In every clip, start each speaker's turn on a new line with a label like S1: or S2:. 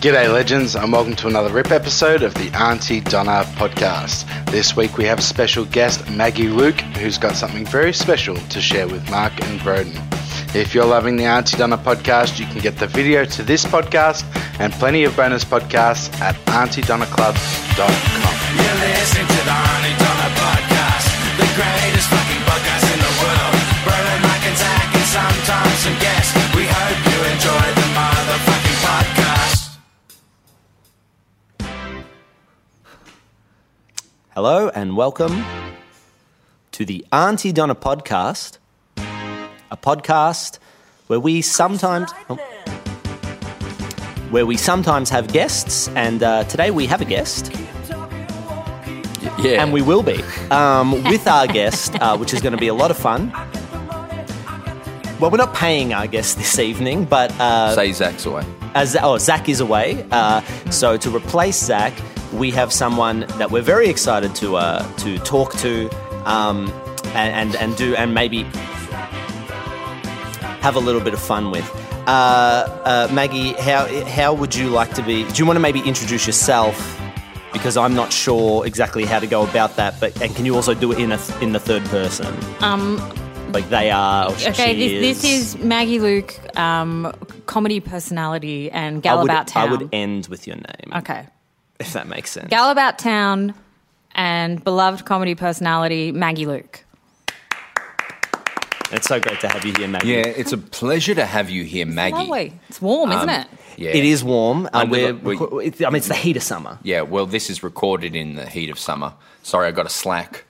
S1: G'day, legends, and welcome to another RIP episode of the Auntie Donna podcast. This week we have special guest Maggie Luke, who's got something very special to share with Mark and Broden. If you're loving the Auntie Donna podcast, you can get the video to this podcast and plenty of bonus podcasts at auntiedonnaclub.com.
S2: You're listening to the Honey Donna podcast, the greatest fucking podcast in the world. Brian Mike and Zach and sometimes some guests. We hope you enjoy the motherfucking podcast.
S3: Hello and welcome to the Auntie Donna podcast, a podcast where we sometimes oh. where we sometimes have guests, and uh, today we have a guest,
S4: Yeah.
S3: and we will be um, with our guest, uh, which is going to be a lot of fun. Well, we're not paying our guest this evening, but uh,
S4: say Zach's away.
S3: as oh Zach is away, uh, so to replace Zach, we have someone that we're very excited to uh, to talk to, um, and, and and do and maybe have a little bit of fun with. Uh, uh, Maggie, how how would you like to be? Do you want to maybe introduce yourself? Because I'm not sure exactly how to go about that, but and can you also do it in a th- in the third person? Um, like they are. Or sh-
S5: Okay,
S3: she
S5: this, this is Maggie Luke, um, comedy personality, and
S3: I
S5: Gal
S3: would,
S5: About
S3: I
S5: Town.
S3: would end with your name,
S5: okay,
S3: if that makes sense.
S5: Gal About Town, and beloved comedy personality Maggie Luke.
S3: It's so great to have you here, Maggie.
S4: Yeah, it's a pleasure to have you here, Maggie.
S5: Lovely. It's warm, isn't
S3: Um,
S5: it?
S4: Yeah.
S3: It is warm. Uh,
S4: And
S3: we're,
S4: we-
S3: reco- it- I mean, it's the heat of summer.
S4: Yeah, well, this is recorded in the heat of summer. Sorry, I got a slack.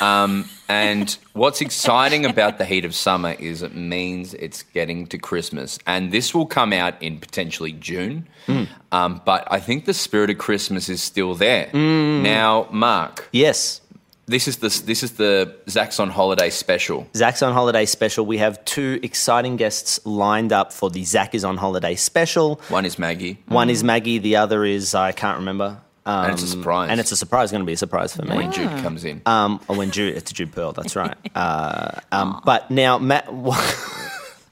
S4: um, and what's exciting about the heat of summer is it means it's getting to Christmas. And this will come out in potentially June.
S3: Hmm.
S4: Um, but I think the spirit of Christmas is still there.
S3: Hmm.
S4: Now, Mark,
S3: Yes.
S4: this is the, this is the Zach's on Holiday special.
S3: Zach's on holiday special. We have two exciting guests lined up for the Zach is on holiday special.
S4: One is Maggie.
S3: One is Maggie, the other is I can't remember. Um,
S4: And it's a surprise.
S3: And it's a surprise. Going to be a surprise for me.
S4: when Jude comes in.
S3: Um, oh, when Jude, it's Jude Pearl. That's right. Uh, um, but now Matt.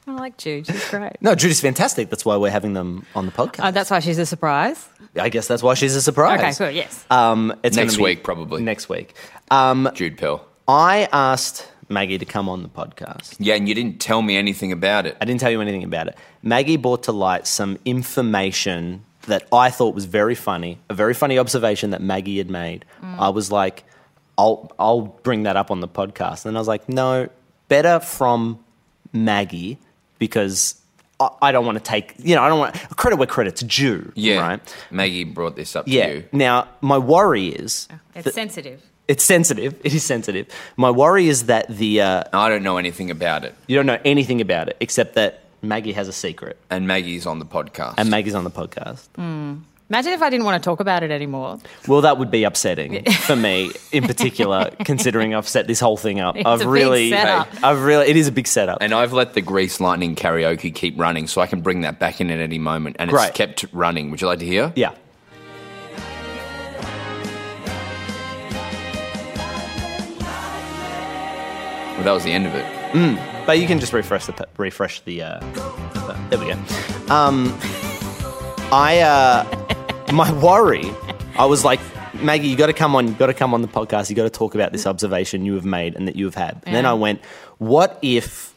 S5: I like Jude. She's great.
S3: no, Jude is fantastic. That's why we're having them on the
S5: Oh,
S3: podcast.
S5: that's why she's a surprise.
S3: I guess that's why she's a surprise.
S5: Okay, cool. Yes.
S3: Um, it's
S4: Next
S3: gonna be-
S4: week, probably.
S3: Next week.
S4: Jude Pearl.
S3: I asked Maggie to come on the podcast.
S4: Yeah, and you didn't tell me anything about it.
S3: I didn't tell you anything about it. Maggie brought to light some information that I thought was very funny, a very funny observation that Maggie had made.
S4: Mm.
S3: I was like, I'll, I'll bring that up on the podcast. And I was like, no, better from Maggie because I, I don't want to take, you know, I don't want credit where credit's due.
S4: Yeah.
S3: Right.
S4: Maggie brought this up
S3: Yeah.
S4: to you. Oh,
S3: Now, my worry is
S5: it's sensitive.
S3: it's sensitive. It is sensitive. My worry is that the, uh,
S4: I don't know anything about it.
S3: you don't know anything about it except that Maggie has a secret.
S4: And Maggie's on the podcast.
S3: And Maggie's on the podcast.
S5: Imagine if I didn't want to talk about it anymore.
S3: Well, that would be upsetting for me in particular, considering I've set this whole thing up.
S5: It's
S3: I've
S5: a big
S3: really,
S5: setup.
S3: I've really, it is a big setup.
S4: and I've let the Grease Lightning karaoke keep running, so I can bring that back in at any moment. And
S3: Great.
S4: it's kept running. Would you like to hear?
S3: yeah.
S4: Well, that was the end of it.
S3: But you can just refresh the pe- refresh the. Uh, the- there we go. Um, I uh, my worry, I was like, Maggie, you got to come on, you got to come on the podcast, you got to talk about this observation you have made and that you have had. And then
S5: Yeah.
S3: I went, what if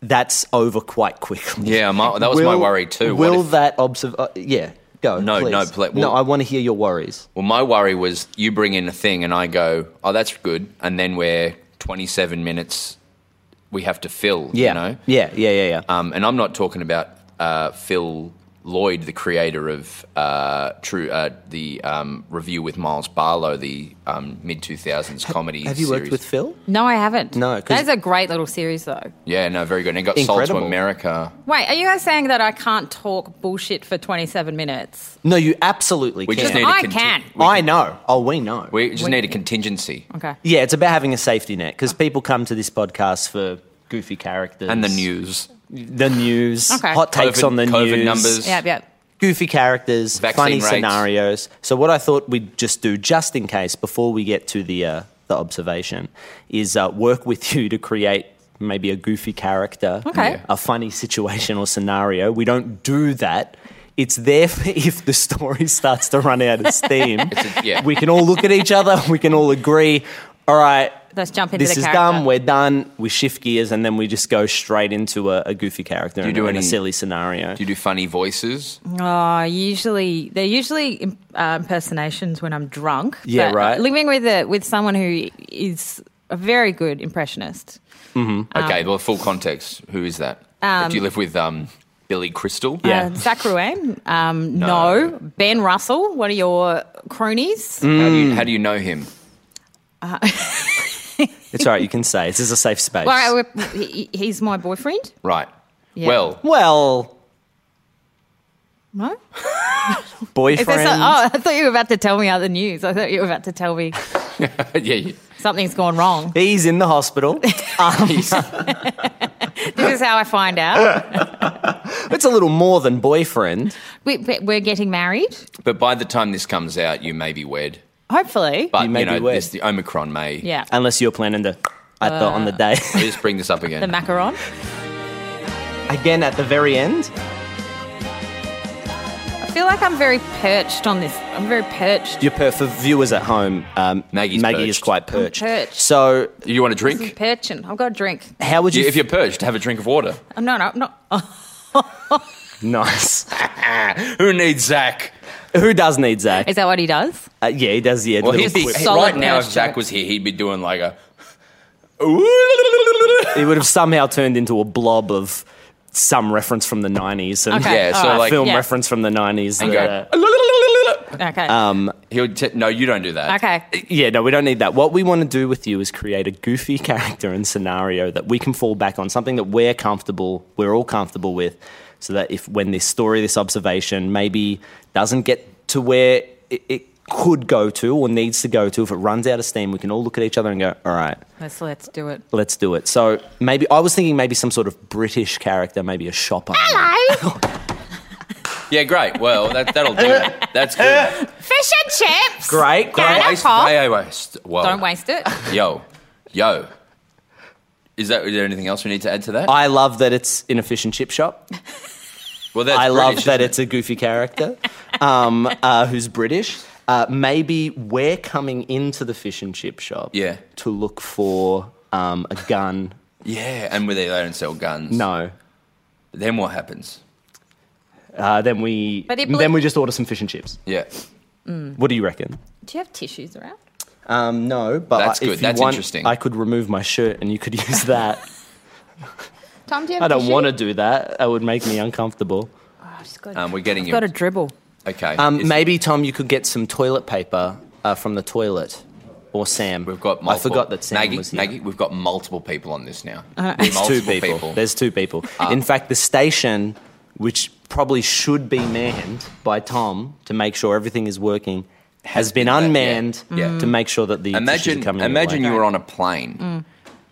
S3: that's over quite quickly?
S4: Yeah, my, that was my
S3: Will-
S4: worry too. What
S3: Will
S4: if-
S3: that observe? Uh, yeah, go.
S4: No,
S3: please.
S4: no, pla-
S3: no.
S4: well-
S3: I want to hear your worries.
S4: well, my worry was you bring in a thing and I go, oh, that's good. And then we're 27 minutes we have to fill, you know?
S3: yeah, yeah, yeah, yeah.
S4: Um, and I'm not talking about uh, Phil Lloyd, the creator of uh, True, uh, the um, review with Miles Barlow, the um, mid 2000s comedy.
S3: have you worked
S4: series.
S3: with Phil?
S5: No, I haven't.
S3: No, 'cause-
S5: that's a great little series, though.
S4: Yeah, no, very good. And it got sold
S3: Incredible.
S4: to America,
S5: Wait, are you guys saying that I can't talk bullshit for twenty-seven minutes?
S3: No, you absolutely
S4: We
S3: can.
S4: just need
S5: I
S4: to conti-
S5: can.
S4: we
S3: I know. Oh, we know.
S4: We just need a contingency
S5: Okay.
S3: yeah, it's about having a safety net because people come to this podcast for goofy characters
S4: and the news,
S3: the news,
S5: Okay.
S3: hot takes
S4: COVID
S3: on the
S4: COVID
S3: news,
S4: numbers.
S5: Yep. Yep.
S3: goofy characters,
S4: Vaccine
S3: funny
S4: rates.
S3: scenarios. So what I thought we'd just do, just in case, before we get to the uh, the observation, is uh, work with you to create maybe a goofy character,
S5: Okay. Yeah.
S3: a funny situation or scenario. We don't do that It's there for if the story starts to run out of steam.
S4: a- yeah.
S3: We can all look at each other. We can all agree. All right,
S5: Let's jump into
S3: this
S5: the
S3: is
S5: character.
S3: dumb. We're done. We shift gears, and then we just go straight into a, a goofy character and,
S4: do
S3: and a
S4: any-
S3: silly scenario.
S4: Do you do funny voices?
S5: Oh, usually they're usually im- uh, impersonations when I'm drunk.
S3: Yeah,
S5: but
S3: right.
S5: Living with a, with someone who is a very good impressionist.
S4: Okay, well, full context. Who is that? do you live with um, Billy Crystal?
S3: Yeah.
S5: Uh, Zach Ruane, um, no. Ben Russell, one of your cronies.
S4: How, do
S3: Mm.
S4: you, how do you know him?
S3: It's all right. You can say this is a safe space.
S5: All right, we're- he, he's my boyfriend.
S4: Right.
S5: Yeah.
S4: Well,
S3: well,
S5: No, Is
S3: boyfriend.
S5: there some- oh, I thought you were about to tell me other news. I thought you were about to tell me
S4: yeah, yeah.
S5: something's gone wrong.
S3: He's in the hospital. Um,
S5: This is how I find out.
S3: it's a little more than boyfriend.
S5: We, we're getting married,
S4: But by the time this comes out, you may be wed.
S5: hopefully.
S4: But
S3: You
S4: you,
S3: may be
S4: know,
S3: wed.
S4: this, the Omicron may.
S5: yeah,
S3: Unless you're planning to at the, on the
S5: Uh.
S3: day.
S4: I just bring this up
S5: the
S4: again.
S5: macaron.
S3: Again at the very end.
S5: I feel like I'm very perched on this. I'm very perched.
S3: Your per- for viewers at home, um, Maggie
S4: Maggie's
S3: is
S4: perched.
S3: quite perched.
S5: perched.
S3: So
S4: you want a
S5: I'm
S4: drink?
S5: perching. I've got a drink.
S3: how would you?
S4: You- if you're purged, have a drink of water.
S5: Oh, no, no, no. Oh,
S3: nice.
S4: Who needs Zach?
S3: Who does need Zach?
S5: is that what he does?
S3: Uh, yeah, he does. Yeah,
S4: Well,
S3: little
S4: he'd be,
S3: quip.
S5: Solid
S4: right now, if
S5: purge
S4: Zach
S5: joke.
S4: was here, he'd be doing like a.
S3: it would have somehow turned into a blob of some reference from the 90s and
S5: Okay,
S4: Yeah, so
S5: alright.
S4: like-
S3: film
S5: Yeah.
S3: reference from the 90s.
S4: And
S3: that- uh,
S4: go.
S5: Okay.
S3: Um,
S4: He'll t- no, you don't do that.
S5: okay.
S3: yeah, no, we don't need that. What we want to do with you is create a goofy character and scenario that we can fall back on, something that we're comfortable, we're all comfortable with, so that if when this story, this observation maybe doesn't get to where it, it could go to or needs to go to, if it runs out of steam, we can all look at each other and go, all right,
S5: Let's let's do it.
S3: let's do it. So maybe, I was thinking maybe some sort of British character, maybe a shopper.
S5: Hello,
S4: Yeah, great. Well, that, that'll do it. That's good.
S5: fish and chips.
S3: Great,
S5: Down
S3: great.
S5: a
S4: Waste-
S5: pub.
S4: Hey, hey, waste. Well,
S5: Don't waste it.
S4: Yo, yo. Is that? Is there anything else we need to add to that?
S3: I love that it's in a fish and chip shop.
S4: well, that's
S3: I love
S4: British,
S3: that
S4: isn't
S3: it's a goofy character um, uh, who's British. Uh, maybe we're coming into the fish and chip shop
S4: Yeah.
S3: to look for um, a gun.
S4: it? Yeah, and where they don't sell guns.
S3: No.
S4: Then what happens?
S3: Uh, then we
S5: But it ble-
S3: then we just order some fish and chips.
S4: Yeah,
S3: What do you reckon?
S5: Do you have tissues around?
S3: Um, no, but
S4: That's
S3: I- if
S4: good.
S3: you
S4: That's
S3: want,
S4: interesting.
S3: I could remove my shirt and you could use that.
S5: Tom, do you have
S3: I don't
S5: tissue?
S3: want to do that. That would make me uncomfortable.
S5: Oh, I've just got,
S4: um, we're getting
S5: I've
S4: you.
S5: got a dribble.
S4: okay.
S3: Um,
S4: Is-
S3: maybe Tom, you could get some toilet paper uh, from the toilet, or Sam.
S4: We've got.
S3: I
S4: Multiple,
S3: forgot that Sam
S4: Maggie,
S3: was here.
S4: Maggie, we've got multiple people on this now.
S5: Uh-huh.
S3: There's two
S4: multiple Ah.
S3: people. There's two people. In fact, the station, which probably should be manned by Tom to make sure everything is working, has been
S4: that, yeah.
S3: unmanned
S4: Yeah. Mm-hmm.
S3: to make sure that the
S4: imagine,
S3: coming.
S4: imagine you were on a plane
S5: Mm.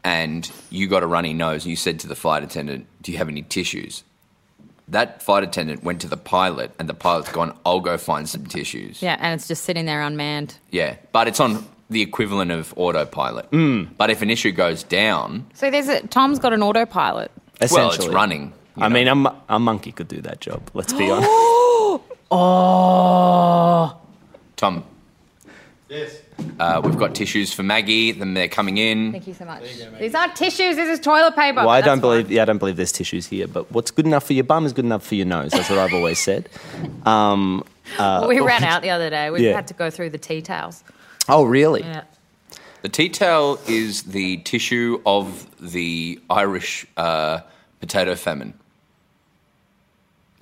S4: and you got a runny nose, and you said to the flight attendant, "Do you have any tissues?" That flight attendant went to the pilot, and the pilot's gone, "I'll go find some tissues."
S5: Yeah, and it's just sitting there unmanned.
S4: Yeah, but it's on the equivalent of autopilot.
S3: Mm.
S4: But if an issue goes down,
S5: So there's a Tom's got an autopilot.
S4: well, it's running. you
S3: I
S4: know.
S3: mean, a, mo- a monkey could do that job. Let's be honest.
S4: Oh. Tom. Yes. Uh, we've got tissues for Maggie. Then they're coming in.
S5: Thank you so much. These aren't tissues. This is toilet paper.
S3: Well,
S5: but
S3: I
S5: that's
S3: don't believe.
S5: fine.
S3: Yeah, I don't believe there's tissues here. But what's good enough for your bum is good enough for your nose. That's what I've always said.
S5: Well, we ran out the other day. We
S3: Yeah.
S5: had to go through the tea towels.
S3: Oh, really?
S5: Yeah.
S4: The tea towel is the tissue of the Irish uh, potato famine.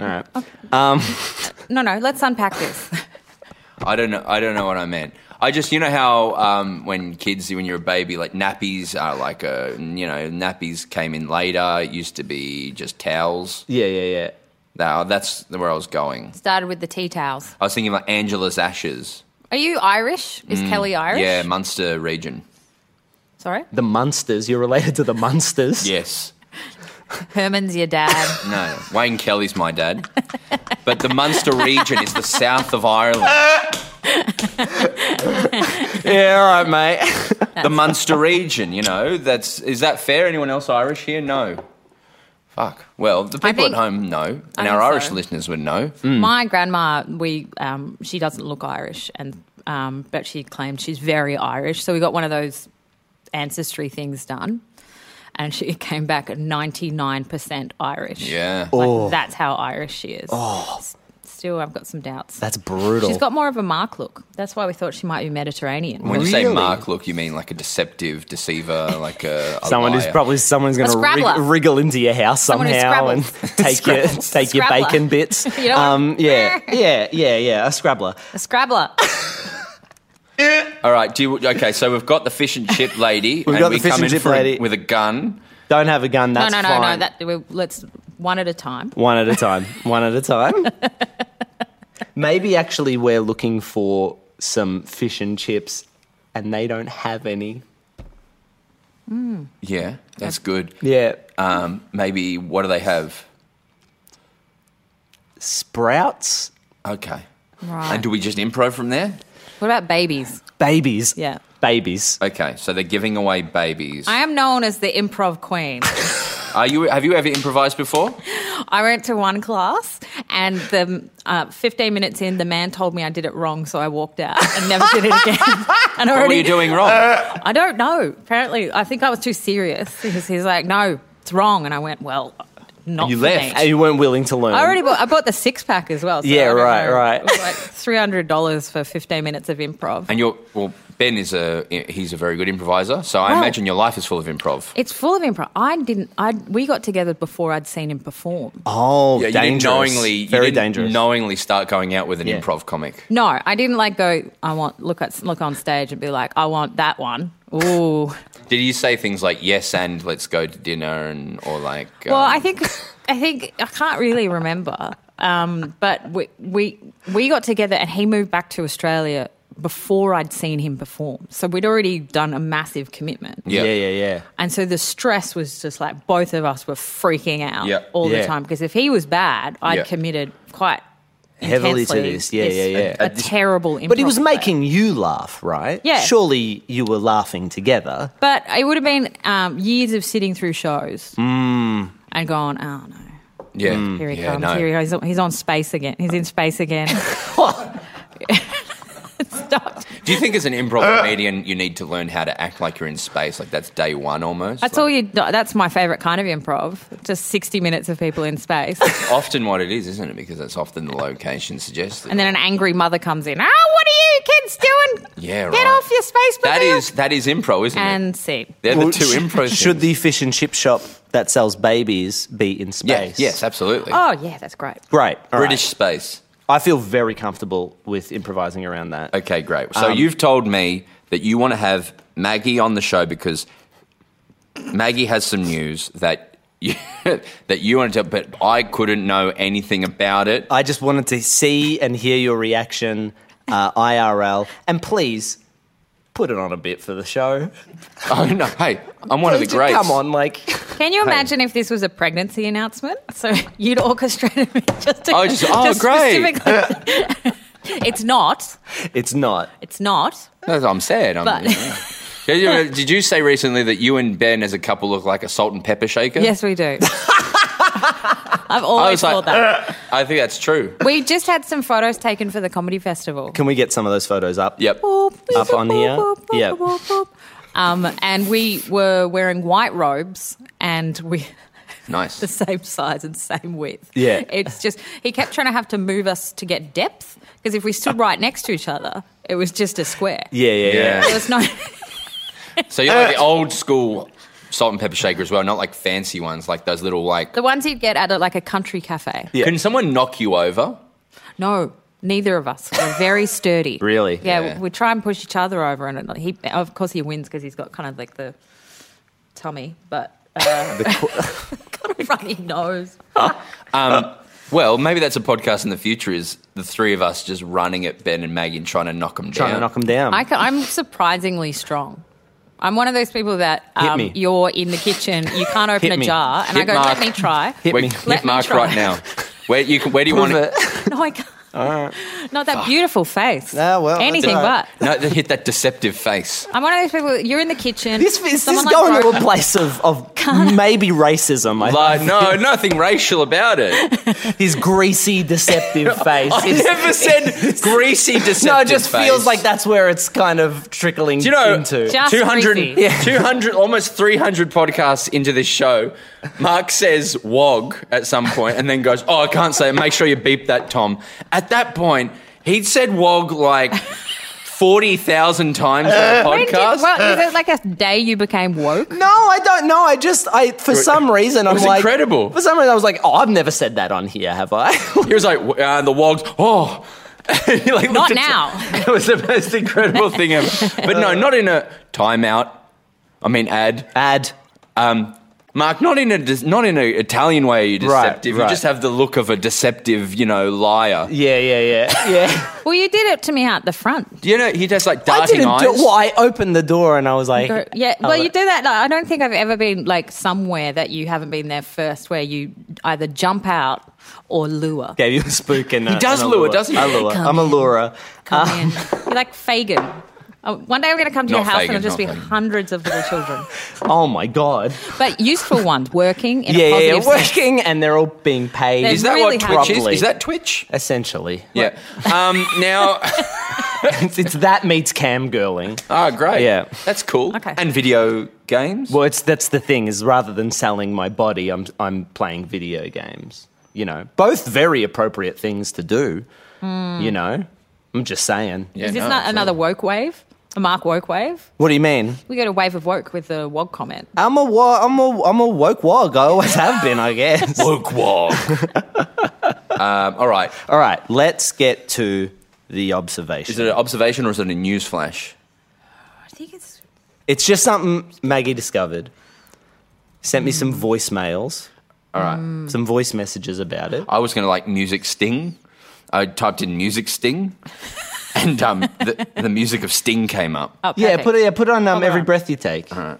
S3: All right.
S5: No, no. Let's unpack this.
S4: I don't know. I don't know what I meant. I just, you know how um, when kids, when you're a baby, like nappies are like a, you know, nappies came in later. It used to be just towels.
S3: Yeah, yeah, yeah.
S4: Now that's where I was going.
S5: Started with the tea towels.
S4: I was thinking like Angela's ashes.
S5: Are you Irish? Is
S3: Mm.
S5: Kelly Irish?
S4: Yeah, Munster region.
S5: Sorry.
S3: The Munsters. You're related to the Munsters.
S4: Yes.
S5: Herman's your dad.
S4: No. Wayne Kelly's my dad. But the Munster region is the south of Ireland.
S3: Yeah. All right, mate.
S4: the Munster region, you know, that's is that fair? Anyone else Irish here? No. Fuck. Well, the people
S5: think-
S4: at home know,
S5: I
S4: and our
S5: think
S4: Irish
S5: so.
S4: listeners would know.
S5: My grandma, we um, she doesn't look Irish, and um, but she claimed she's very Irish. So we got one of those ancestry things done, and she came back at ninety nine percent Irish.
S4: Yeah.
S5: like, that's how Irish she is. S- Still, I've got some doubts.
S3: That's brutal.
S5: She's got more of a Mark look. That's why we thought she might be Mediterranean.
S4: When you say
S3: Really?
S4: Mark, look, you mean like a deceptive deceiver, like a, a
S3: Someone who's
S4: liar.
S3: probably someone's going to
S5: Scrabbler.
S3: wrig- wriggle into your house
S5: Someone who
S3: somehow and
S5: scrabbles.
S3: take your
S5: Scrabbles.
S3: take your
S5: Scrabbler.
S3: bacon bits.
S5: You know what?
S3: um, yeah, yeah, yeah, yeah. A scrabbler.
S5: A Scrabbler.
S4: All right. Do you, okay. So we've got the fish and chip lady. and
S3: got
S4: we
S3: the fish
S4: come
S3: and
S4: in
S3: chip
S4: for a-
S3: lady.
S4: with a gun.
S3: Don't have a gun. That's
S5: no, no, no,
S3: fine.
S5: no. That we, let's one at a time.
S3: One at a time. One at a time. Maybe actually we're looking for some fish and chips, and they don't have any.
S4: Yeah, that's good.
S3: Yeah,
S4: Um, maybe what do they have?
S3: sprouts,
S4: Okay.
S5: Right.
S4: And do we just improv from there?
S5: What about babies?
S3: babies.
S5: Yeah.
S3: babies.
S4: Okay. So they're giving away babies.
S5: I am known as the improv queen.
S4: Are you? Have you ever improvised before?
S5: I went to one class, and the uh, 15 minutes in, the man told me I did it wrong, so I walked out and never did it again.
S4: What
S5: And
S4: were you
S5: already,
S4: doing wrong?
S3: Uh.
S5: I don't know. Apparently, I think I was too serious because he's like, "No, it's wrong," and I went, "Well, not
S4: You
S5: for
S4: left.
S5: me."
S3: And Uh, you weren't willing to learn.
S5: I already bought. I bought the six pack as well. So
S3: Yeah,
S5: I don't
S3: right,
S5: know.
S3: right.
S5: It was like three hundred dollars for fifteen minutes of improv.
S4: And you're well. Ben is a he's a very good improviser, so I
S5: Well-
S4: imagine your life is full of improv.
S5: It's full of improv. I didn't. I we got together before I'd seen him perform.
S3: Oh,
S4: Yeah, you didn't
S3: dangerous.
S4: knowingly, you
S3: very
S4: didn't
S3: dangerous.
S4: Knowingly start going out with an
S3: Yeah.
S4: improv comic.
S5: No, I didn't like go. I want look at look on stage and be like, I want that one. Ooh.
S4: Did you say things like "yes" and "let's go to dinner" and or like?
S5: Well,
S4: um,
S5: I think I think I can't really remember. Um, but we, we we got together and he moved back to Australia before I'd seen him perform. So we'd already done a massive commitment.
S4: Yeah.
S3: yeah, yeah, yeah.
S5: And so the stress was just like both of us were freaking out
S4: Yeah.
S5: all
S3: Yeah.
S5: the time because if he was bad, I'd
S4: Yeah.
S5: committed quite
S3: Heavily to
S5: intensely.
S3: this. Yeah,
S5: It's
S3: yeah, yeah.
S5: A, a
S4: At this-
S5: terrible
S3: But he
S5: improv
S3: was
S5: play.
S3: making you laugh, right?
S5: Yeah.
S3: Surely you were laughing together.
S5: But it would have been um, years of sitting through shows
S3: Mm.
S5: and going, oh no.
S4: yeah,
S5: Mm, Here he
S4: Mm, yeah,
S5: comes.
S4: no.
S5: Here he goes. He's on- He's on space again. He's in space again. Stop.
S4: Do you think as an improv comedian you need to learn how to act like you're in space? Like that's day one almost.
S5: That's
S4: Like,
S5: all you. do- That's my favorite kind of improv. Just sixty minutes of people in space,
S4: Often what it is, isn't it? Because that's often the location suggested.
S5: and then an angry mother comes in. Oh, what are you kids doing?
S4: Yeah,
S5: Get
S4: right.
S5: off your space.
S4: that
S5: balloon."
S4: is that is impro, isn't it?
S5: and see.
S4: They're the two
S3: sh-
S4: impro.
S3: Should
S4: things.
S3: the fish and chip shop that sells babies be in
S4: Yeah,
S3: space?
S4: yes, absolutely.
S5: Oh yeah, that's great.
S3: Great. all right.
S4: British space.
S3: I feel very comfortable with improvising around that.
S4: Okay, great.
S3: Um,
S4: So you've told me that you want to have Maggie on the show because Maggie has some news that you, that you wanted to, but I couldn't know anything about it.
S3: I just wanted to see and hear your reaction, uh, IRL, and please put it on a bit for the show.
S4: Oh no! Hey, I'm one of the
S3: Please just
S4: greats.
S3: Come on, like
S5: Can you imagine if this was a pregnancy announcement? So you'd orchestrated me just to.
S4: Oh, just- oh, great.
S5: specifically- it's not.
S3: it's not.
S5: It's not.
S4: That's what I'm sad. I'm,
S5: But-
S4: yeah. Did you- Did you say recently that you and Ben as a couple look like a salt and pepper shaker?
S5: Yes, we do. I've
S4: I
S5: always
S4: was
S5: thought
S4: like,
S5: that.
S4: I think that's true.
S5: We just had some photos taken for the comedy festival.
S3: Can we get some of those photos up?
S4: Yep.
S3: Up on here? Yep.
S5: Um, and we were wearing white robes and we
S4: Nice.
S5: the same size and same width.
S3: Yeah.
S5: It's just he kept trying to have to move us to get depth because if we stood right next to each other, it was just a square.
S3: Yeah, yeah, yeah.
S5: There was no
S4: So you're like the old school salt and pepper shaker as well, not like fancy ones, like those little like.
S5: the ones you'd get at a, like a country cafe.
S3: Yeah.
S4: Can someone knock you over?
S5: No, neither of us. We're very sturdy.
S3: Really?
S5: Yeah,
S4: Yeah.
S5: We, we try and push each other over, and he, of course, he wins because he's got kind of like the tummy, but uh, got a runny nose.
S4: Well, maybe that's a podcast in the future. Is the three of us just running at Ben and Maggie and trying to knock them
S3: Trying
S4: down?
S3: to knock them down.
S5: I am surprisingly strong. I'm one of those people that um,
S3: me.
S5: you're in the kitchen, you can't open
S3: Hit
S5: a
S3: me.
S5: jar, and
S4: Hit
S5: I go,
S4: Mark.
S5: let me try.
S3: Hit
S4: Wait,
S3: me.
S4: hit
S5: Let me
S4: Mark
S5: try.
S4: right now. Where you? can- Where do you want?
S3: Prove
S4: to
S3: it.
S5: No, I can't. Not that beautiful face.
S3: Ah, well, that's
S5: anything
S3: all right.
S5: but.
S4: No, they hit that deceptive face.
S5: I'm one of those people. You're in the kitchen.
S3: This is this is
S5: someone like
S3: going
S5: broke-
S3: to a place of, of maybe racism. I
S4: Like, no, nothing racial about it.
S3: His greasy, deceptive face.
S4: I never said greasy deceptive
S3: no, it just feels
S4: face.
S3: like that's where it's kind of trickling
S4: Do you know,
S3: into.
S5: Just
S4: 200,
S5: greasy.
S4: 200, almost 300 podcasts into this show, Mark says wog at some point and then goes, oh, I can't say it. Make sure you beep that, Tom. At that point, he'd said wog like 40,000 times on a
S5: When did-
S4: podcast.
S5: well, is it like a day you became woke?
S3: no, I don't know. I just, I for some reason, I'm
S4: was
S3: like
S4: incredible.
S3: For some reason, I was like, oh, I've never said that on here, have I?
S4: He was like, "W- uh, the wogs, oh. He, like,
S5: Not
S4: looked at-
S5: now.
S4: It was the most incredible thing ever. But no, not in a timeout. I mean, ad.
S3: Ad.
S4: Um, Mark, not in a de- not in a Italian way. You're
S3: Right,
S4: deceptive.
S3: right.
S4: You just have the look of a deceptive, you know, liar.
S3: Yeah, yeah, yeah, yeah.
S5: Well, you did it to me out the front.
S4: You know, he just like
S3: I
S4: darting
S3: didn't
S4: eyes.
S3: do. Well, I opened the door and I was like,
S5: Yeah.
S3: oh,
S5: Well, you do that. Like, I don't think I've ever been like somewhere that you haven't been there first, where you either jump out or lure.
S3: Gave you a spook and he
S4: does lure, doesn't he?
S3: I lure. Uh,
S5: Come
S3: I'm a
S5: in.
S3: lurer.
S5: Come in. You're like Fagin. Oh, one day I'm going to come to
S4: Not
S5: your house
S4: Fagin,
S5: and it'll just
S4: not
S5: be
S4: Fagin.
S5: hundreds of little children,
S3: Oh my god.
S5: but useful ones, working in
S3: Yeah,
S5: a
S3: yeah, yeah.
S5: positive sense.
S3: Working and they're all being paid.
S5: There's
S4: is that
S5: really
S4: what Twitch
S3: happy.
S4: is? Is that Twitch?
S3: Essentially,
S4: Yeah. Um, now,
S3: it's, it's that meets cam girling.
S4: oh, great.
S3: Yeah.
S4: That's cool.
S5: Okay.
S4: And video games.
S3: Well, it's that's the thing is rather than selling my body, I'm I'm playing video games. You know, both very appropriate things to do.
S4: Hmm.
S3: You know, I'm just saying.
S4: Yeah,
S5: Is this
S4: no,
S5: not
S4: absolutely.
S5: another woke wave? A Mark woke wave?
S3: What do you mean?
S5: We got a wave of woke with the wog comment.
S3: I'm a wa- I'm a I'm a woke wog. I always have been, I guess.
S4: Woke wog. um, all right.
S3: All right, let's get to the observation.
S4: Is it an observation or is it a news flash?
S5: I think it's
S3: It's just something Maggie discovered. Sent me some voicemails,
S4: All right.
S5: Mm.
S3: some voice messages about it.
S4: I was going to like music sting. I typed in music sting, and um, the, the music of sting came up.
S5: oh,
S3: Yeah, put it yeah, put it on um,
S5: Hold
S3: every
S5: on.
S3: breath you
S4: Uh-huh.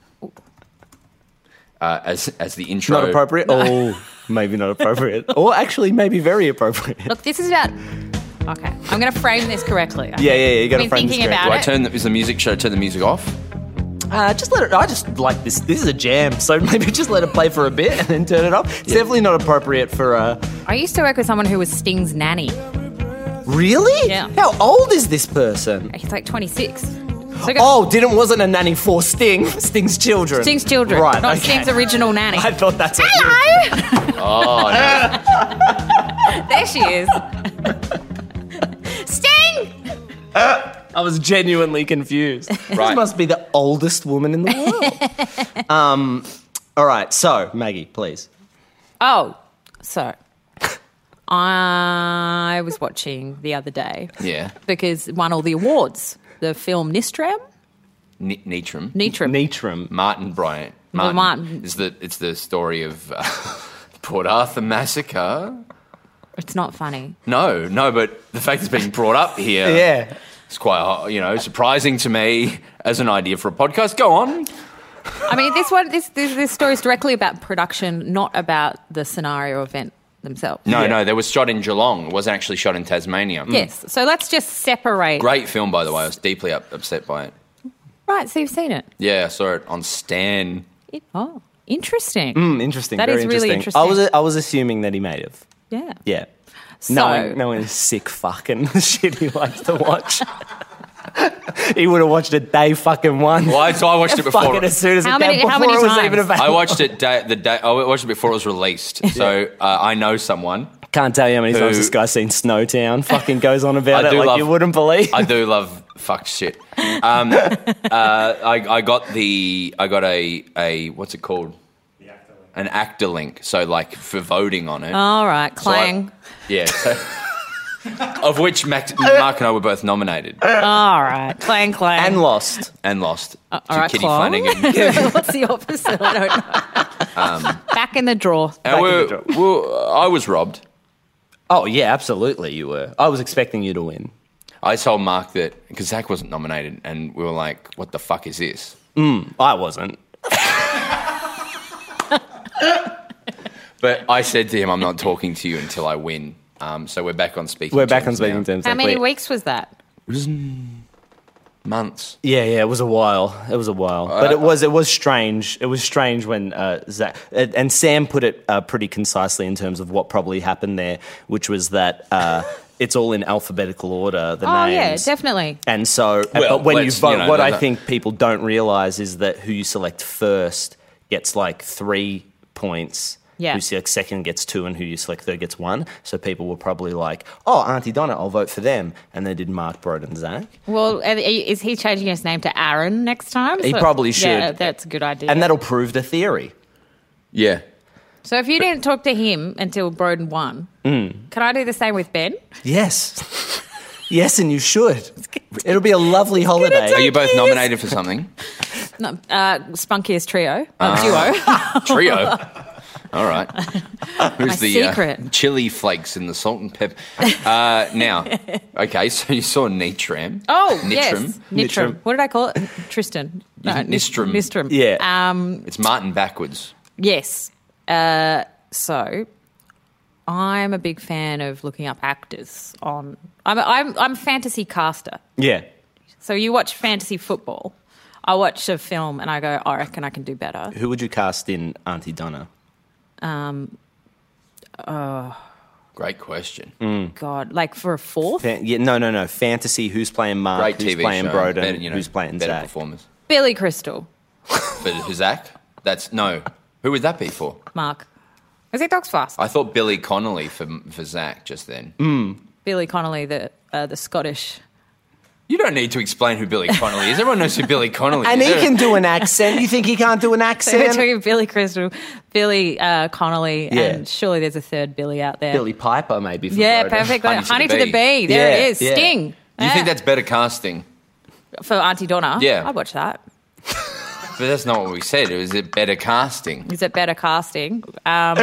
S3: take.
S4: uh, as as the intro.
S3: Not appropriate. Oh, maybe not appropriate. or actually, maybe very appropriate.
S5: Look, this is about. Okay, I'm going to frame this correctly.
S3: Yeah, yeah, yeah. You got to
S5: Been
S3: frame this
S5: thinking
S4: Do
S3: correctly.
S4: I turn the, is the music? Should I turn the music off?
S3: Uh, just let it. I just like this. This is a jam, so maybe just let it play for a bit and then turn it off. It's definitely not appropriate for a.
S5: I used to work with someone who was Sting's nanny.
S3: Really?
S5: Yeah.
S3: How old is this person?
S5: He's like 26. So I got
S3: Oh, didn't wasn't a nanny for Sting. Sting's children.
S5: Sting's children,
S3: Right.
S5: not
S3: okay.
S5: Sting's original nanny.
S3: I thought that's. what you-
S5: Hello!
S4: Oh, no.
S5: there she is. Sting!
S3: I was genuinely confused. This
S4: Right.
S3: must be the oldest woman in the world. um, all right, so Maggie, please.
S5: Oh, so I was watching the other day
S4: yeah.
S5: because it won all the awards. The film Nistram?
S4: N- Neatram.
S5: Nitram.
S3: Neatram.
S4: Martin Bryant. Martin,
S5: Martin.
S4: is the it's the story of uh, Port Arthur massacre.
S5: it's not funny.
S4: No, no, but the fact it's being brought up here
S3: Yeah.
S4: is quite uh, you know surprising to me as an idea for a podcast. Go on.
S5: I mean, this one, this, this this story is directly about production, not about the scenario event themselves.
S4: No, no, there was shot in Geelong. It wasn't actually shot in Tasmania.
S5: Yes. So let's just separate.
S4: Great film, by the way. I was deeply up, upset by it.
S5: Right. So you've seen it.
S4: Yeah, I saw it on Stan.
S5: It- oh, interesting.
S3: Mm, Interesting.
S5: That
S3: very
S5: is really
S3: I was
S5: interesting.
S3: I was assuming that he made it.
S5: Yeah.
S3: Yeah.
S5: So-
S3: knowing, knowing his sick fucking shit he likes to watch. he would have watched it day fucking one.
S4: Why? So I watched it before.
S3: Fucking as soon as
S5: How
S3: it came,
S5: many- how
S3: before
S5: many
S3: it was
S5: times?
S3: even available.
S4: I watched it day, the day oh, I watched it before it was released. So uh, I know someone.
S3: Can't tell you how many
S4: Who-
S3: times this guy's seen Snowtown. Fucking goes on about
S4: I
S3: it
S4: do
S3: like
S4: love-
S3: you wouldn't believe.
S4: I do love fucked shit. Um, uh, I, I got the I got a a what's it called? An actor link. So like for voting on it.
S5: All right.
S4: So I-
S5: Clang.
S4: yeah. so- of which Mac, Mark and I were both nominated
S5: All right. Clang. Clang.
S3: and lost.
S4: and lost to
S5: Uh, all right,
S4: Kitty
S5: Clong.
S4: Flanagan.
S5: What's the opposite? I don't know.
S3: Um,
S5: Back in the drawer.
S4: And
S3: in the
S4: we're- we're- I was robbed.
S3: Oh yeah, absolutely. You were. I was expecting you to win.
S4: I told Mark that because Zach wasn't nominated, and we were like, "What the fuck is this?"
S3: I wasn't.
S4: But I said to him, "I'm not talking to you until I win." Um, so we're back on speaking.
S3: We're back on
S4: terms
S3: speaking
S4: now.
S3: terms.
S5: How
S3: like,
S5: many
S3: wait.
S5: weeks was that?
S4: Months.
S3: Yeah, yeah, it was a while. It was a while, but it was it was strange. It was strange when uh, Zach and and Sam put it uh, pretty concisely in terms of what probably happened there, which was that uh, it's all in alphabetical order. The
S5: Oh,
S3: names.
S5: yeah, definitely.
S3: And so, uh,
S4: Well,
S3: but when you
S4: let's,
S3: vote,
S4: you know,
S3: what
S4: there's
S3: I
S4: a-
S3: think people don't realize is that who you select first gets like three points.
S5: Yeah.
S3: Who select second gets two, and who you select third gets one. So people were probably like, "Oh, Auntie Donna, I'll vote for them," and they did Mark Brod and Zach,
S5: Well, are- is he changing his name to Aaron next time?
S3: He probably
S5: Yeah,
S3: should.
S5: that's a good idea.
S3: and that'll prove the theory.
S4: Yeah.
S5: so if you didn't talk to him until Broden won,
S3: Mm.
S5: can I do the same with Ben?
S3: Yes, yes, and you should. It'll be a lovely
S4: Are
S3: holiday.
S4: you both nominated for something?
S5: No, uh, Spunkiest trio, uh, duo.
S4: Trio. All right. Who's
S5: My
S4: the uh,
S5: secret.
S4: chili flakes and the salt and pepper? Uh, now, okay, so you saw Nitram.
S5: Oh,
S4: Nitram.
S5: yes. Nitram.
S3: Nitram.
S5: What did I call it? Tristan. No,
S4: Isn't
S5: Nit-
S4: Nistram?
S5: Nistram.
S3: Yeah.
S5: Um,
S4: It's Martin backwards.
S5: yes. Uh, so I'm a big fan of looking up actors on. I'm a, I'm, I'm a fantasy caster.
S3: Yeah,
S5: So you watch fantasy football. I watch a film and I go, I reckon I can do better.
S3: who would you cast in Auntie Donna?
S4: Great question.
S3: Mm.
S5: God, like for a fourth?
S3: Fan- yeah, no, no, no. Fantasy. Who's playing Mark?
S4: Great
S3: who's
S4: TV
S3: playing
S4: show.
S3: Broden?
S4: Better, you know,
S3: who's playing
S4: better
S3: Zach?
S4: performers.
S5: Billy Crystal,
S4: But Zach? That's no. Who would that be for?
S5: Mark. Is he dogs fast?
S4: I thought Billy Connolly for for Zach just then.
S3: Mm.
S5: Billy Connolly, the uh, the Scottish.
S4: You don't need to explain who Billy Connolly is. Everyone knows who Billy Connolly
S3: And
S4: is.
S3: he can do an accent. You think he can't do an
S5: So we're
S3: accent?
S5: talking Billy Crystal, Billy uh, Connolly,
S3: Yeah.
S5: and surely there's a third Billy out there.
S3: Billy Piper, maybe. For
S5: Yeah,
S3: Broden.
S5: perfect.
S4: Honey
S5: Honey,
S4: to
S5: to
S4: the
S5: the
S4: Bee.
S5: Bee. There
S3: Yeah,
S5: it is.
S3: yeah.
S5: Sting.
S4: You
S5: Yeah.
S4: think that's better casting?
S5: for Auntie Donna?
S4: Yeah.
S5: I'd watch that.
S4: But that's not what we said. It was it better casting.
S5: Is it better casting? Um,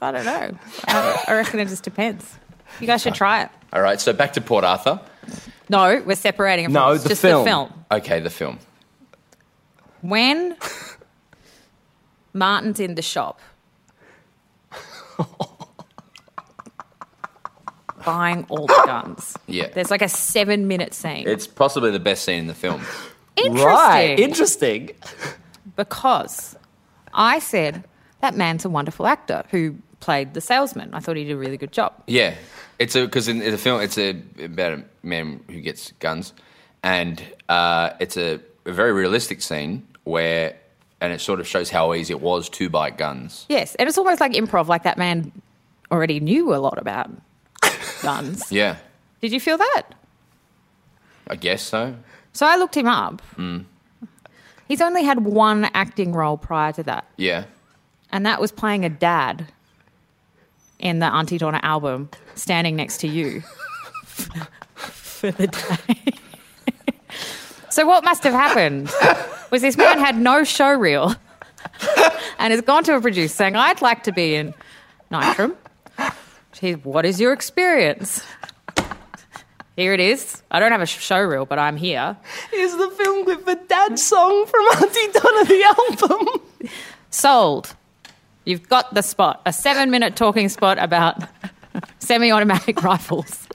S5: I don't know. I, I reckon it just depends. You guys should try it.
S4: All right, so back to Port Arthur.
S5: No, we're separating it from
S3: No,
S5: it's
S3: the
S5: just
S3: film.
S5: the film.
S4: Okay, the film.
S5: When Martin's in the shop buying all the guns.
S4: Yeah.
S5: There's like a seven minute scene.
S4: It's possibly the best scene in the film.
S5: Interesting.
S3: Right. Interesting.
S5: because I said that man's a wonderful actor who played the salesman. I thought he did a really good job.
S4: Yeah, it's a because in, in the film it's a about a man who gets guns, and uh, it's a, a very realistic scene where, and it sort of shows how easy it was to buy guns.
S5: Yes, and it's almost like improv, like that man already knew a lot about guns.
S4: Yeah,
S5: Did you feel that?
S4: I guess so.
S5: So I looked him up. He's only had one acting role prior to that,
S4: Yeah,
S5: and that was playing a dad in the Auntie Donna album, Standing Next to You. For the day. so, what must have happened was this man had no show reel and has gone to a producer saying, I'd like to be in Nitram. Geez, what is your experience? Here it is. I don't have a sh- show reel, but I'm here.
S3: Here's the film with the dad song from Auntie Donna the album.
S5: sold. You've got the spot. A seven minute talking spot about semi automatic rifles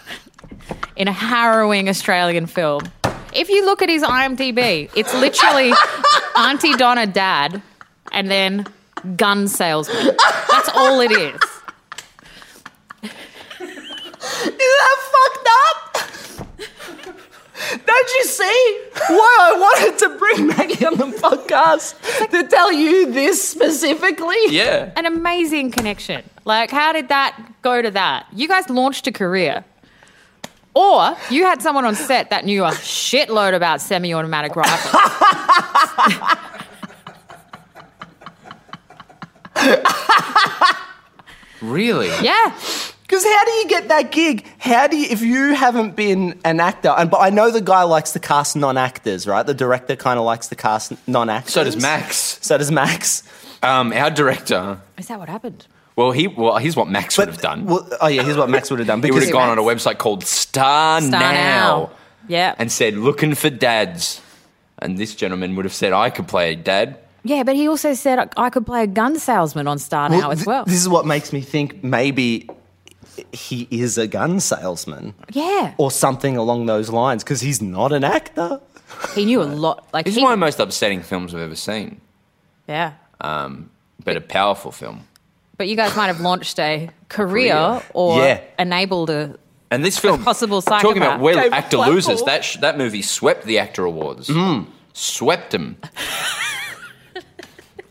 S5: in a harrowing Australian film. If you look at his IMDb, it's literally Auntie Donna Dad and then gun salesman. That's all it is.
S3: Is that fucked up? Don't you see why I wanted to bring Maggie on the podcast to tell you this specifically?
S4: yeah.
S5: An amazing connection. Like, how did that go to that? You guys launched a career. Or you had someone on set that knew a shitload about semi automatic rifles.
S4: Really?
S5: Yeah.
S3: Because how do you get that gig? How do you, if you haven't been an actor? And but I know the guy likes to cast non-actors, right? The director kind of likes to cast non-actors.
S4: So does Max,
S3: So does Max.
S4: um, our director.
S5: Is that what happened?
S4: Well, he well, here's what Max would have done.
S3: Well, oh yeah, here's what Max would have done.
S4: he would
S3: Because
S4: have gone on a website called Star,
S5: Star
S4: now.
S5: Now. Yeah.
S4: and said, looking for dads. And this gentleman would have said, I could play dad.
S5: Yeah, but he also said I- I could play a gun salesman on Star Now as
S3: th-
S5: well.
S3: This is what makes me think maybe he is a gun salesman
S5: yeah,
S3: or something along those lines because he's not an actor.
S5: he knew a lot. Like
S4: This
S5: he,
S4: is one of the most upsetting films I've ever seen,
S5: yeah.
S4: but a powerful film.
S5: But you guys might have launched a career
S4: Career.
S5: or
S3: Yeah.
S5: enabled a.
S4: And this film,
S5: possible
S4: talking about
S5: psychopath.
S4: where
S3: Gave
S4: actor
S3: Blackpool.
S4: losers, that sh- that movie swept the actor awards, swept them.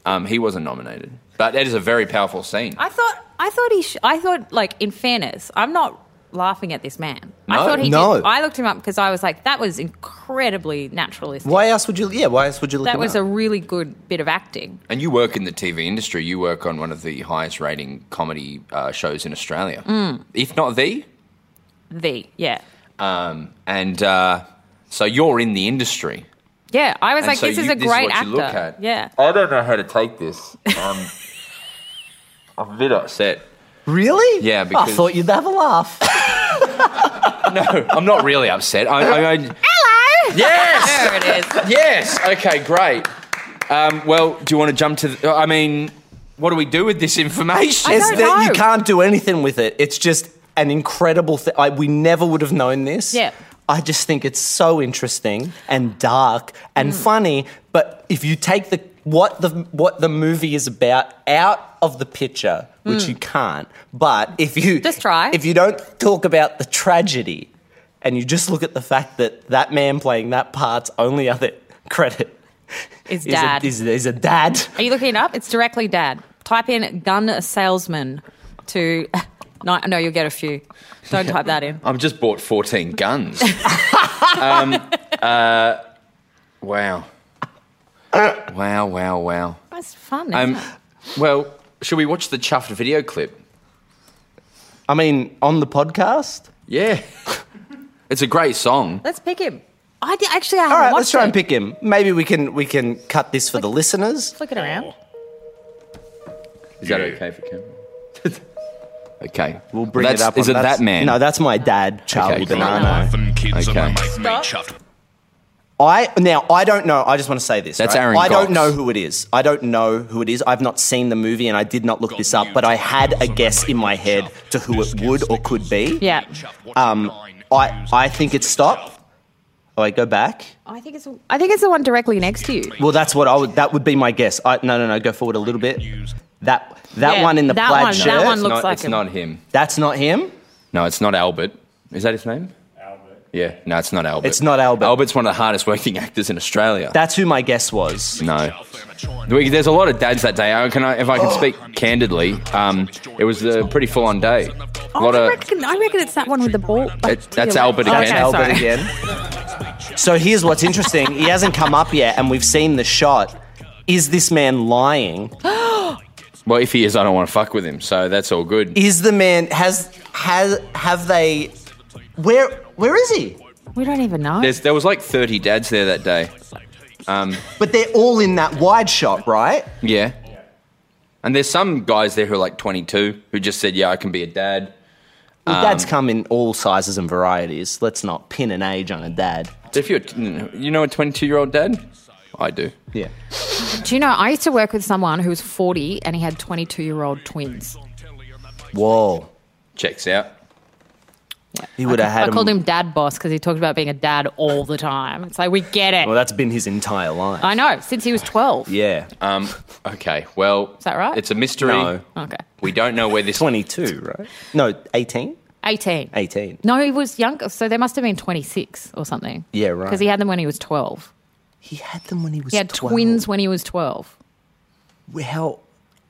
S4: um, he wasn't nominated, but that is a very powerful scene.
S5: I thought. I thought he. Sh- I thought like in fairness, I'm not laughing at this man. I
S4: No.
S5: thought he
S3: No.
S5: did. I looked him up because I was like, that was incredibly naturalistic.
S3: Why else would you? Yeah, why else would you look?
S5: That
S3: him
S5: was
S3: up?
S5: a really good bit of acting.
S4: And you work in the TV industry. You work on one of the highest rating comedy uh, shows in Australia,
S5: Mm.
S4: if not the.
S5: The yeah.
S4: Um, and uh, so you're in the industry.
S5: Yeah, I was
S4: And
S5: like,
S4: so
S5: this
S4: you-
S5: is a
S4: this is
S5: great
S4: what
S5: actor.
S4: you look at.
S5: Yeah,
S4: I don't know how to take this. Um, I'm a bit upset.
S3: really.
S4: Yeah, because-
S3: I thought you'd have a laugh.
S4: I'm not really upset. I, I, I,
S5: hello.
S4: yes,
S5: There it is.
S4: yes. Okay, great. Um, well, do you want to jump to? The, I mean, what do we do with this information?
S3: It's
S5: don't
S3: that you
S5: know.
S3: can't do anything with it. It's just an incredible thing. We never would have known this.
S5: Yeah.
S3: I just think it's so interesting and dark and
S5: Mm.
S3: funny. But if you take the what the what the movie is about out of the picture, which you can't, but if you
S5: Mm. Just try.
S3: if you don't talk about the tragedy, and you just look at the fact that that man playing that part's only other credit
S5: Is
S3: a-
S5: dad?
S3: is, is a dad.
S5: Are you looking it up? It's directly dad. Type in gun salesman to. No, no, you'll get a few. Don't type that in.
S4: I've just bought 14 guns. um, uh, wow. Wow, wow, wow.
S5: That's fun. isn't
S4: Um,
S5: it?
S4: well, should we watch the chuffed video clip?
S3: I mean, on the podcast.
S4: Yeah. It's a great song.
S5: Let's pick him. I di- actually I
S3: All
S5: haven't
S3: right,
S5: watched
S3: let's try
S5: it.
S3: and pick him. Maybe we can we can cut this for the listeners.
S5: Flick it around.
S4: Is that okay for camera? okay. We'll
S3: Bring it up.
S4: Is it
S3: on-
S4: that
S3: that's-
S4: man?
S3: No, that's my dad, Charlie
S4: Okay, cool.
S3: Banana.
S6: Them kids
S4: Okay.
S6: on my mic mate chuffed.
S3: I now I don't know. I just want to say this.
S4: That's
S3: right?
S4: Aaron
S3: I don't
S4: Cox.
S3: know who it is. I don't know who it is. I've not seen the movie and I did not look this up, but I had a guess in my head to who it would or could be.
S5: Yeah,
S3: Um. I I think it's stop. Oh, wait, go back.
S5: I think it's. I think it's the one directly next to you.
S3: Well, that's what I would. That would be my guess. I, no, no, no. Go forward a little bit. That that
S5: Yeah,
S3: one in the
S5: that
S3: plaid
S5: one, that
S3: shirt.
S5: one
S4: It's
S5: looks
S4: not,
S5: like
S4: it's
S5: him.
S4: not him.
S3: That's not him.
S4: No, it's not Albert. Is that his name? Albert. Yeah. No, it's not Albert.
S3: It's not Albert.
S4: Albert's one of the hardest working actors in Australia.
S3: That's who my guess was.
S4: No. We- There's a lot of dads that day. I Can I, if I can speak candidly, um, it was a pretty full-on day. A lot
S5: I
S4: of
S5: reckon, I reckon it's that one with the ball.
S4: It- that's Albert
S5: Okay,
S4: again.
S3: Albert
S5: sorry.
S3: again. So here's what's interesting. He hasn't come up yet, and we've seen the shot. Is this man lying?
S4: well, if he is, I don't want to fuck with him. So that's all good.
S3: Is the man has has have they? Where where is he?
S5: We don't even know.
S4: There's, there was like 30 dads there that day.
S3: But they're all in that wide shot, right?
S4: Yeah. And there's some guys there who are like 22 who just said, "Yeah, I can be a dad."
S3: Well, dads come in all sizes and varieties. Let's not pin an age on a dad.
S4: If you're, you know, a 22-year-old dad, I do.
S3: Yeah.
S5: Do you know? I used to work with someone who was 40 and he had 22 year old twins.
S3: Whoa.
S4: Checks out.
S3: He would have had.
S5: I called
S3: him-
S5: him dad boss because he talked about being a dad all the time. It's like, we get it.
S3: Well, that's been his entire life.
S5: I know, since he was 12.
S3: yeah.
S4: Um, okay. Well, is
S5: that right?
S4: It's a mystery.
S3: No.
S5: Okay.
S4: We don't know where this.
S3: 22, right? No, 18?
S5: 18.
S3: 18.
S5: No, he was younger, so they must have been 26 or something.
S3: Yeah, right.
S5: Because he had them when he was 12.
S3: He had them when he was
S5: He had
S3: 12.
S5: twins when he was 12.
S3: How?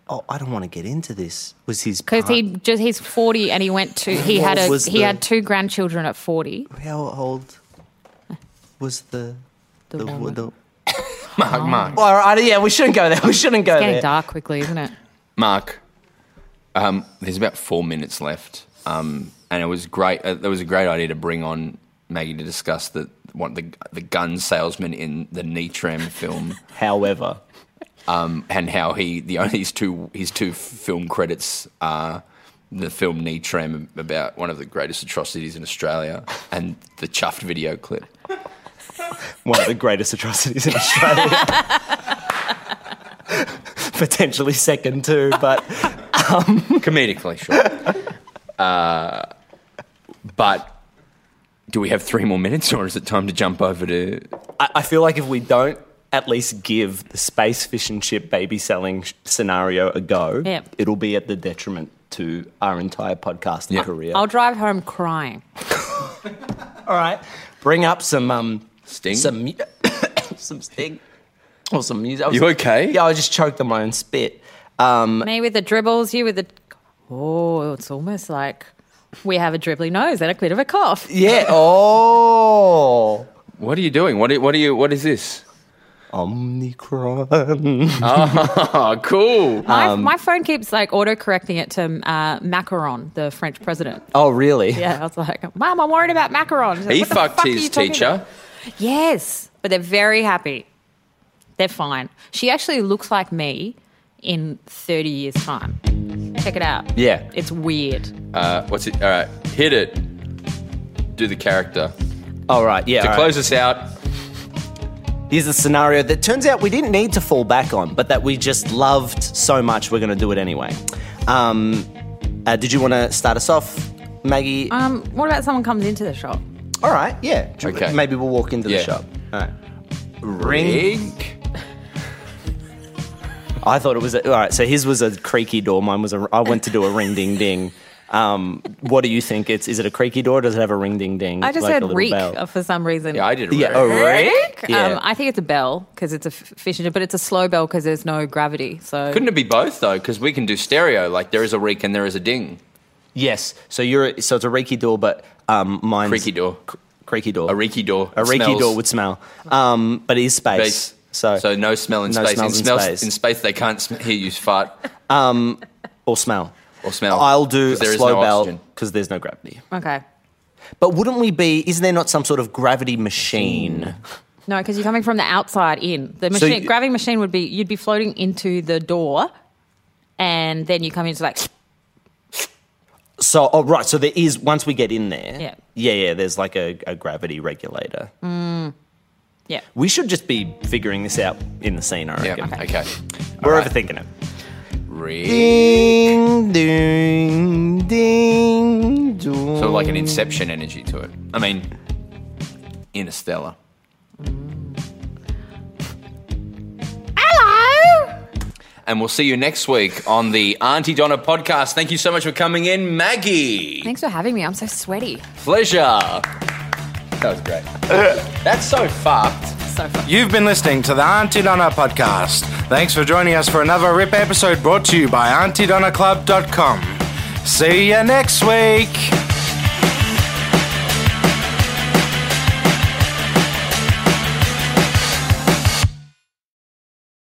S3: Oh, I don't want to get into this. Was his
S5: Because he
S3: part-
S5: just he's 40 and he went to he
S3: Uh-huh. What
S5: had a
S3: was
S5: he
S3: the-
S5: had two grandchildren at 40.
S3: How old was the the, the,
S5: woman.
S4: Mark, Mark,
S3: All right, yeah, we shouldn't go there. We shouldn't go
S5: Oh. Getting
S3: there.
S5: dark quickly, isn't it?
S4: Mark, um, there's about four minutes left, um, and it was great. Uh, there was a great idea to bring on Maggie to discuss the one the the gun salesman in the Nitram film,
S3: However,
S4: and how he the only his two his two film credits are the film Nitram about one of the greatest atrocities in Australia and the chuffed video clip.
S3: one of the greatest atrocities in Australia. potentially second too, but
S4: Comedically, sure. uh, but do we have three more minutes, or is it time to jump over to?
S3: I, I feel like if we don't at least give the space fish and chip baby selling sh- scenario a go,
S5: Yep.
S3: it'll be at the detriment to our entire podcast
S4: Yeah.
S3: career.
S5: I'll drive home crying.
S3: All right, bring up some um,
S4: Sting?
S3: some mu- some sting or some music. I was-
S4: You okay?
S3: Yeah, I just choked on my own spit. Um,
S5: Me with the dribbles, you with the. Oh, it's almost like we have a dribbly nose and a bit of a cough.
S3: yeah. Oh,
S4: What are you doing? What? Are, what are you? What is this?
S3: Omnicron.
S4: Oh, cool.
S5: My,
S3: Um,
S5: my phone keeps like auto correcting it to uh, Macron, the French president.
S3: Oh, really?
S5: Yeah, I was like, Mom, I'm worried about Macron. She's like,
S4: he
S5: "What the fuck
S4: fucked
S5: are
S4: his
S5: you talking about?"
S4: teacher.
S5: Yes, but they're very happy. They're fine. She actually looks like me in 30 years' time. Check it out.
S4: Yeah.
S5: It's weird.
S4: Uh, what's it? All right, hit it. Do the character
S3: All right. Yeah.
S4: to
S3: all right.
S4: close us out.
S3: Here's a scenario that turns out we didn't need to fall back on, but that we just loved so much we're going to do it anyway. Um, uh, did you want to start us off, Maggie?
S5: Um, what about someone comes into the shop?
S3: All right, yeah.
S4: Okay.
S3: Maybe we'll walk into
S4: Yeah.
S3: the shop. All right.
S4: Rig.
S3: I thought it was a, all right. So his was a creaky door. Mine was a. I went to do a ring ding ding. Um, what do you think? It's is it a creaky door? Or does it have a ring ding ding?
S5: I just
S3: like a
S5: heard
S3: little
S5: reek
S3: bell?
S5: for some reason.
S4: Yeah, I did. A
S3: Yeah.
S4: rig.
S3: Oh, reek.
S5: Um, I think it's a bell because it's a f- fish, in it, but it's a slow bell because there's no gravity. So
S4: Couldn't it be both though? Because we can do stereo. Like there is a reek and there is a ding.
S3: yes. So you're. So it's a reeky door, but um, mine's
S4: Creaky door.
S3: Creaky door.
S4: A reeky door.
S3: A reeky
S4: Smells.
S3: door would smell. Um, but it is space.
S4: Space.
S3: So,
S4: so no smell in
S3: No
S4: space.
S3: smells
S4: in,
S3: in
S4: smells-
S3: space.
S4: in space, they can't sm- hear you fart
S3: or smell.
S4: or smell.
S3: I'll do a
S4: 'Cause there is
S3: slow
S4: no
S3: bell
S4: oxygen.
S3: because there's no gravity.
S5: okay,
S3: But wouldn't we be? Isn't there not some sort of gravity machine?
S5: no, because you're coming from the outside in. The
S3: So
S5: machine,
S3: you-
S5: gravity machine would be you'd be floating into the door, and then you come into like
S3: So, oh right. So there is once we get in there.
S5: Yeah.
S3: Yeah, yeah. There's like a, a gravity regulator.
S5: Mm. yeah.
S3: We should just be figuring this out in the scene. I
S4: Yeah.
S3: reckon.
S4: Okay.
S3: We're
S4: All right.
S3: overthinking it.
S4: Reek.
S3: Ding, ding, ding, dong.
S4: Sort of like an Inception energy to it. I mean, Interstellar.
S5: Hello.
S4: And we'll see you next week on the Auntie Donna podcast. Thank you so much for coming in, Maggie.
S5: Thanks for having me. I'm so sweaty.
S4: Pleasure. That was great. That's so fucked.
S5: So fun.
S2: You've been listening to the Auntie Donna podcast. Thanks for joining us for another RIP episode brought to you by AuntieDonnaClub.com. See you next week.